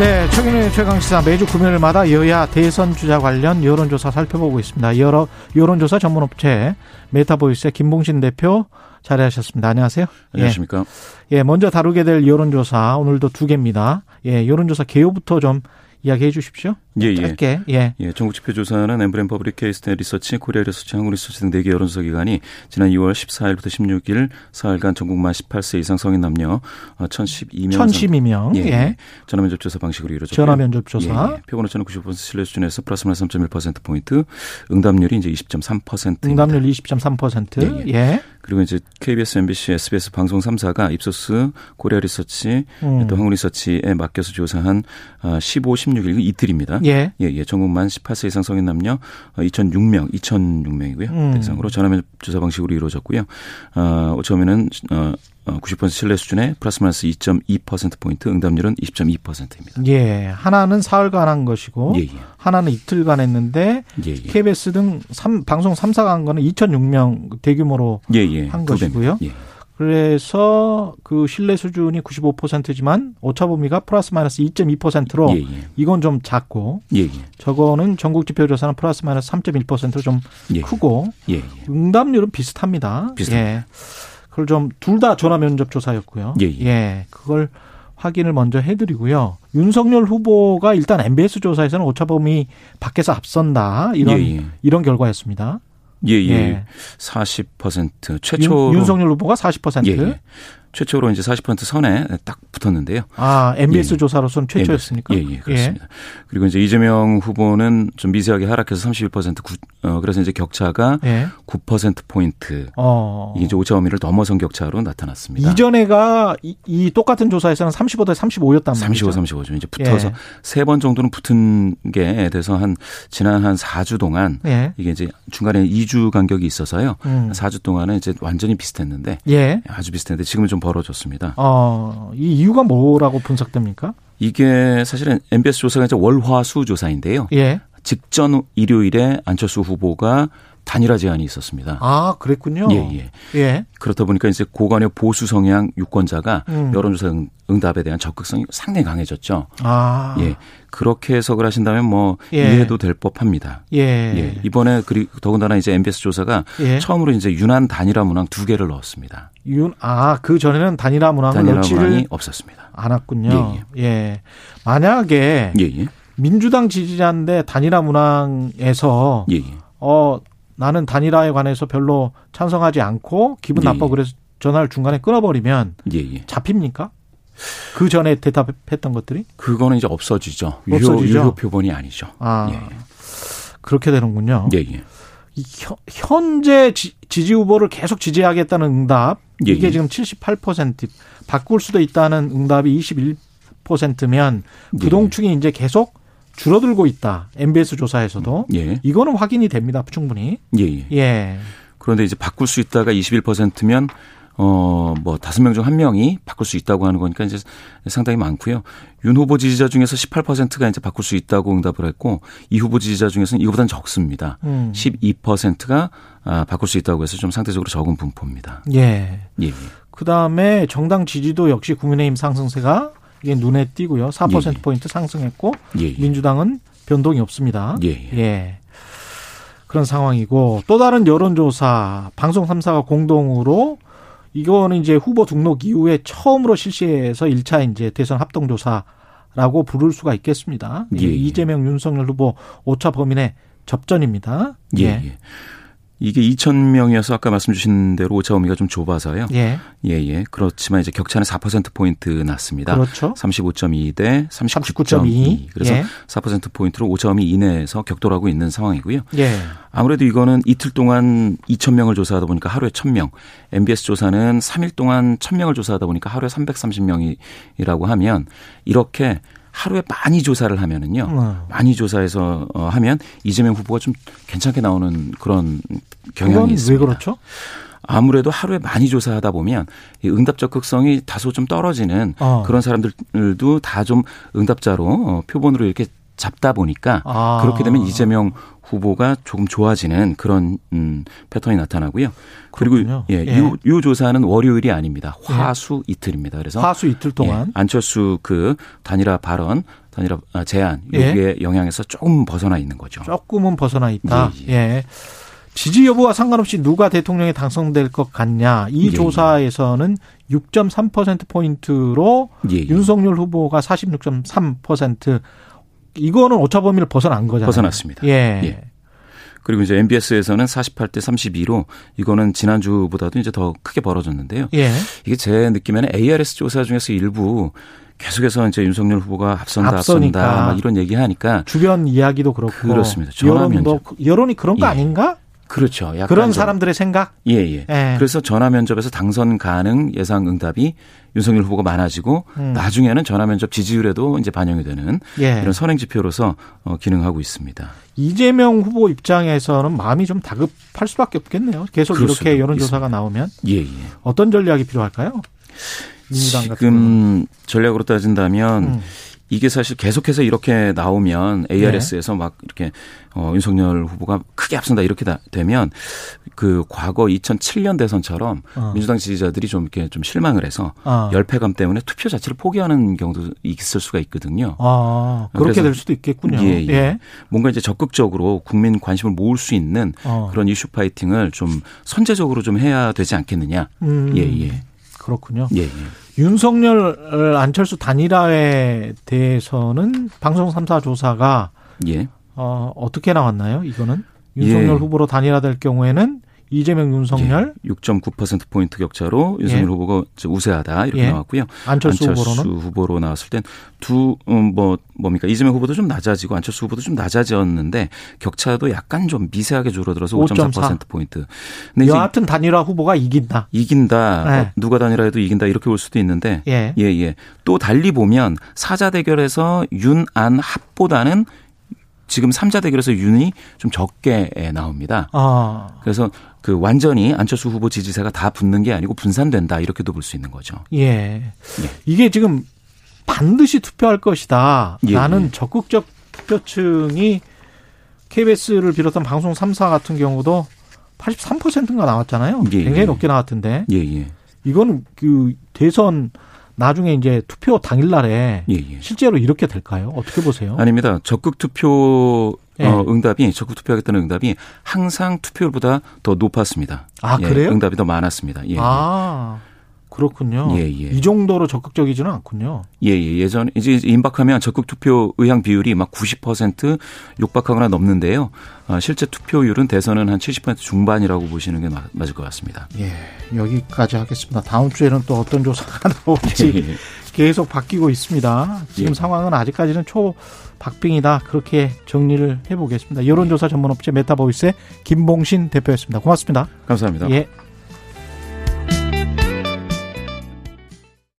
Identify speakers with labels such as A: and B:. A: 네, 최근의 최강시사 매주 금요일마다 여야 대선 주자 관련 여론조사 살펴보고 있습니다. 여러 여론조사 전문업체 메타보이스의 김봉신 대표 자리하셨습니다. 안녕하세요.
B: 예. 안녕하십니까?
A: 예, 예, 먼저 다루게 될 여론조사 오늘도 두 개입니다. 예, 여론조사 개요부터 좀 이야기해 주십시오.
B: 예, 예.
A: 짧게. 예.
B: 예, 전국 지표조사는 엠브렘 퍼블리케이스트 리서치, 코리아 리서치, 한국 리서치 등 4개 여론조사 기관이 지난 2월 14일부터 16일 4일간 전국만 18세 이상 성인 남녀 어, 1,012명.
A: 1012명.
B: 예,
A: 예.
B: 전화면 접조사 방식으로 이루어졌고
A: 전화면 접조사.
B: 표본오차는 95% 신뢰 수준에서 플러스 마이너스 3.1% 포인트, 응답률이 이제 20.3%. 입니다.
A: 응답률 20.3%. 예.
B: 예,
A: 예.
B: 그리고 이제 KBS, MBC, SBS 방송 3사가 입소스, 코리아 리서치,
A: 음.
B: 또 한국 리서치에 맡겨서 조사한 아, 15, 16일 이틀입니다.
A: 예.
B: 예, 예. 전국 만 18세 이상 성인 남녀 2006명, 2006명이고요.
A: 음.
B: 대상으로 전화면 조사 방식으로 이루어졌고요. 어, 처음에는 어, 90% 신뢰 수준에 플러스 마이너스 2.2% 포인트, 응답률은 20.2%입니다.
A: 예. 하나는 사흘간 한 것이고
B: 예, 예.
A: 하나는 어? 이틀간 했는데
B: 예, 예.
A: KBS 등 삼- 방송 3사가 한 거는 2006명 대규모로
B: 예, 예.
A: 한
B: 두 배입니다.
A: 것이고요.
B: 예.
A: 그래서 그 신뢰 수준이 95%지만 오차 범위가 플러스 마이너스 2.2%로
B: 예, 예.
A: 이건 좀 작고
B: 예, 예.
A: 저거는 전국 지표조사는 플러스 마이너스 3.1%로 좀
B: 예.
A: 크고
B: 예, 예.
A: 응답률은 비슷합니다.
B: 비슷합니다.
A: 예. 그걸 좀 둘 다 전화 면접 조사였고요.
B: 예, 예.
A: 그걸 확인을 먼저 해드리고요. 윤석열 후보가 일단 MBS 조사에서는 오차범위 밖에서 앞선다 이런
B: 예, 예.
A: 이런 결과였습니다.
B: 예, 예.
A: 예.
B: 40% 최초로
A: 윤, 그? 윤석열 후보가 40%.
B: 예, 예. 최초로 이제 40% 선에 딱 붙었는데요.
A: 아 MBS
B: 예.
A: 조사로서는 최초였습니까?
B: 예, 예, 그렇습니다. 그리고 이제 이재명 후보는 좀 미세하게 하락해서 31% 구, 어, 그래서 이제 격차가
A: 예.
B: 9% 포인트
A: 어.
B: 이게 이제 오차 범위를 넘어선 격차로 나타났습니다.
A: 이전에가 이, 이 똑같은 조사에서는 35대 35였단 말이죠.
B: 35, 35죠. 이제 붙어서
A: 예.
B: 세 번 정도는 붙은 게 돼서 한 지난 한 4주 동안
A: 예.
B: 이게 이제 중간에 2주 간격이 있어서요.
A: 음.
B: 4주 동안은 이제 완전히 비슷했는데
A: 예.
B: 아주 비슷했는데 지금은 좀 벌어졌습니다.
A: 어, 이 이유가 뭐라고 분석됩니까?
B: 이게 사실은 MBS 조사가 이제 월화수 조사인데요.
A: 예.
B: 직전 일요일에 안철수 후보가 단일화 제안이 있었습니다.
A: 아, 그랬군요.
B: 예, 예.
A: 예.
B: 그렇다 보니까 이제 고관의 보수 성향 유권자가
A: 음.
B: 여론조사 응- 응답에 대한 적극성이 상당히 강해졌죠.
A: 아.
B: 예. 그렇게 해석을 하신다면 뭐
A: 예.
B: 이해도 될 법합니다.
A: 예.
B: 예. 이번에 그리 더군다나 이제 MBS 조사가
A: 예.
B: 처음으로 이제 유난 단일화 문항 두 개를 넣었습니다.
A: 윤, 아, 그 전에는 단일화 문항을
B: 단일화
A: 넣지를
B: 문항이 없었습니다.
A: 않았군요. 예, 만약에
B: 예, 예.
A: 민주당 지지자인데 단일화 문항에서
B: 예, 예.
A: 어, 나는 단일화에 관해서 별로 찬성하지 않고 기분
B: 예,
A: 나빠
B: 예.
A: 그래서 전화를 중간에 끊어버리면
B: 예, 예.
A: 잡힙니까? 그 전에 대답했던 것들이?
B: 그거는 이제 없어지죠. 유효,
A: 없어지죠?
B: 유효 표본이 아니죠.
A: 아.
B: 예,
A: 그렇게 되는군요.
B: 예. 예, 예.
A: 이 현- 현재 지, 지 후보를 계속 지지하겠다는 응답
B: 예,
A: 이게
B: 예.
A: 지금 78% 바꿀 수도 있다는 응답이 21%면
B: 예.
A: 부동층이 이제 계속 줄어들고 있다. MBS 조사에서도
B: 예.
A: 이거는 확인이 됩니다. 충분히
B: 예, 예.
A: 예.
B: 그런데 이제 바꿀 수 있다가 21%면 어뭐 다섯 명 중 한 명이 바꿀 수 있다고 하는 거니까 이제 상당히 많고요. 윤 후보 지지자 중에서 18%가 이제 바꿀 수 있다고 응답을 했고 이 후보 지지자 중에서는 이거보다는 적습니다.
A: 음.
B: 12%가 아, 바꿀 수 있다고 해서 좀 상대적으로 적은 분포입니다.
A: 예.
B: 예. 예.
A: 그 다음에 정당 지지도 역시 국민의힘 상승세가 이게 눈에 띄고요. 4%
B: 예.
A: 포인트 상승했고
B: 예, 예.
A: 민주당은 변동이 없습니다.
B: 예, 예.
A: 그런 상황이고 또 다른 여론조사 방송 3사가 공동으로 이거는 이제 후보 등록 이후에 처음으로 실시해서 1차 이제 대선 합동조사라고 부를 수가 있겠습니다.
B: 예, 예.
A: 이재명 윤석열 후보 오차 범위 내 접전입니다.
B: 예, 예. 이게 2,000명이어서 아까 말씀 주신 대로 오차 범위가 좀 좁아서요.
A: 예. 예.
B: 예, 예. 그렇지만 이제 격차는 4%포인트 났습니다.
A: 그렇죠.
B: 35.2 대
A: 39.2.
B: 39.2. 그래서
A: 예.
B: 4%포인트로 5점이 이내에서 격돌하고 있는 상황이고요.
A: 예.
B: 아무래도 이거는 이틀 동안 2,000명을 조사하다 보니까 하루에 1,000명. MBS 조사는 3일 동안 1,000명을 조사하다 보니까 하루에 330명이라고 하면 이렇게 하루에 많이 조사를 하면은요.
A: 음.
B: 많이 조사해서 어, 하면 이재명 후보가 좀 괜찮게 나오는 그런
A: 그건
B: 경향이 있습니다.
A: 왜 그렇죠?
B: 아무래도 하루에 많이 조사하다 보면 이 응답 적극성이 다소 좀 떨어지는
A: 어.
B: 그런 사람들도 다 좀 응답자로 어, 표본으로 이렇게 잡다 보니까
A: 아.
B: 그렇게 되면 이재명 후보가 조금 좋아지는 그런 음, 패턴이 나타나고요.
A: 그렇군요.
B: 그리고 예,
A: 예.
B: 요, 요 조사는 월요일이 아닙니다. 화수 이틀입니다. 그래서
A: 화수 이틀 동안
B: 예, 안철수 그 단일화 발언 단일화 아, 제안
A: 예.
B: 여기에 영향에서 조금 벗어나 있는 거죠.
A: 조금은 벗어나 있다.
B: 예,
A: 예. 지지 여부와 상관없이 누가 대통령에 당선될 것 같냐. 이
B: 예, 예.
A: 조사에서는 6.3%포인트로
B: 예, 예.
A: 윤석열 후보가 46.3%. 이거는 오차 범위를 벗어난 거잖아요.
B: 벗어났습니다.
A: 예.
B: 예. 그리고 이제 MBS에서는 48대 32로 이거는 지난주보다도 이제 더 크게 벌어졌는데요.
A: 예.
B: 이게 제 느낌에는 ARS 조사 중에서 일부 계속해서 이제 윤석열 후보가 앞선다
A: 앞서니까.
B: 앞선다 막 이런 얘기하니까
A: 주변 이야기도 그렇고.
B: 그렇습니다.
A: 여론도,
B: 전화면접.
A: 여론이 뭐 그런 거
B: 예.
A: 아닌가?
B: 그렇죠. 약간
A: 그런
B: 좀-
A: 사람들의 생각?
B: 예, 예.
A: 예.
B: 그래서 전화 면접에서 당선 가능 예상 응답이 윤석열 후보가 많아지고
A: 음.
B: 나중에는 전화 면접 지지율에도 이제 반영이 되는
A: 예.
B: 이런 선행 지표로서 어, 기능하고 있습니다.
A: 이재명 후보 입장에서는 마음이 좀 다급할 수밖에 없겠네요. 계속
B: 그렇습니다.
A: 이렇게 여론조사가 나오면
B: 예, 예.
A: 어떤 전략이 필요할까요? 민주당 같은 경우는.
B: 지금 전략으로 따진다면
A: 음.
B: 이게 사실 계속해서 이렇게 나오면 ARS에서
A: 네.
B: 막 이렇게 어 윤석열 후보가 크게 앞선다 이렇게 다- 되면 그 과거 2007년 대선처럼
A: 어.
B: 민주당 지지자들이 좀 이렇게 좀 실망을 해서
A: 아.
B: 열패감 때문에 투표 자체를 포기하는 경우도 있을 수가 있거든요.
A: 아, 그렇게
B: 그래서-
A: 될 수도 있겠군요.
B: 예, 예. 뭔가 이제 적극적으로 국민 관심을 모을 수 있는
A: 어.
B: 그런 이슈 파이팅을 좀 선제적으로 좀 해야 되지 않겠느냐.
A: 음,
B: 예, 예.
A: 그렇군요.
B: 예, 예.
A: 윤석열 안철수 단일화에 대해서는 방송 3사 조사가
B: 예.
A: 어, 어떻게 나왔나요? 이거는 윤석열
B: 예.
A: 후보로 단일화될 경우에는 이재명 윤석열
B: 예, 6.9%포인트 격차로 윤석열
A: 예.
B: 후보가 이제 우세하다 이렇게
A: 예.
B: 나왔고요.
A: 안철수, 후보로는
B: 후보로 나왔을 땐두뭐 뭡니까 이재명 후보도 좀 낮아지고 안철수 후보도 좀 낮아졌는데 격차도 약간 좀 미세하게 줄어들어서 5.4% 포인트. 근데 이제
A: 여하튼 단일화 후보가 이긴다.
B: 이긴다
A: 네.
B: 어, 누가 단일화 해도 이긴다 이렇게 올 수도 있는데
A: 예.
B: 예, 예. 또 달리 보면 사자 대결에서 윤안 합보다는 지금 삼자 대결에서 윤이 좀 적게 예, 나옵니다.
A: 아.
B: 그래서 그 완전히 안철수 후보 지지세가 다 붙는 게 아니고 분산된다 이렇게도 볼 수 있는 거죠.
A: 예. 이게 지금 반드시 투표할 것이다.
B: 예,
A: 나는
B: 예.
A: 적극적 투표층이 KBS를 비롯한 방송 3사 같은 경우도 83%가 나왔잖아요.
B: 예,
A: 굉장히
B: 예.
A: 높게 나왔던데.
B: 예, 예.
A: 이거는 그 대선 나중에 이제 투표 당일 날에
B: 예, 예.
A: 실제로 이렇게 될까요? 어떻게 보세요?
B: 아닙니다. 적극 투표
A: 예.
B: 어, 응답이 적극 투표하겠다는 응답이 항상 투표율보다 더 높았습니다.
A: 아,
B: 예,
A: 그래요?
B: 응답이 더 많았습니다. 예.
A: 아, 그렇군요.
B: 예, 예.
A: 이 정도로 적극적이지는 않군요.
B: 예, 예, 예전 이제 임박하면 적극 투표 의향 비율이 막 90% 육박하거나 넘는데요. 아, 실제 투표율은 대선은 한 70% 중반이라고 보시는 게 마- 맞을 것 같습니다.
A: 예, 여기까지 하겠습니다. 다음 주에는 또 어떤 조사가
B: 예,
A: 나올지
B: 예.
A: 계속 바뀌고 있습니다. 지금
B: 예.
A: 상황은 아직까지는 초박빙이다. 그렇게 정리를 해보겠습니다. 여론조사 전문업체 메타보이스의 김봉신 대표였습니다. 고맙습니다.
B: 감사합니다.
A: 예.